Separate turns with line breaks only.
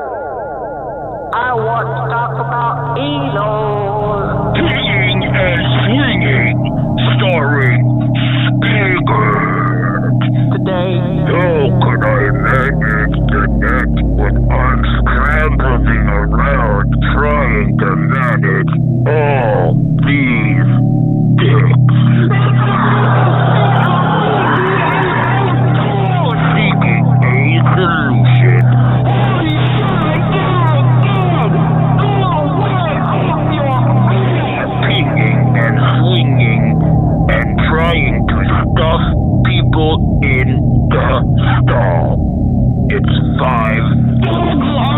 Hello. I want to talk about Enos.
Hitting and Swinging, starring Spielberg.
Today,
How could I manage the net when I'm scrambling around trying to manage all these dicks? Seeking a solution. Pinging and swinging and trying to stuff people in the stall. It's five.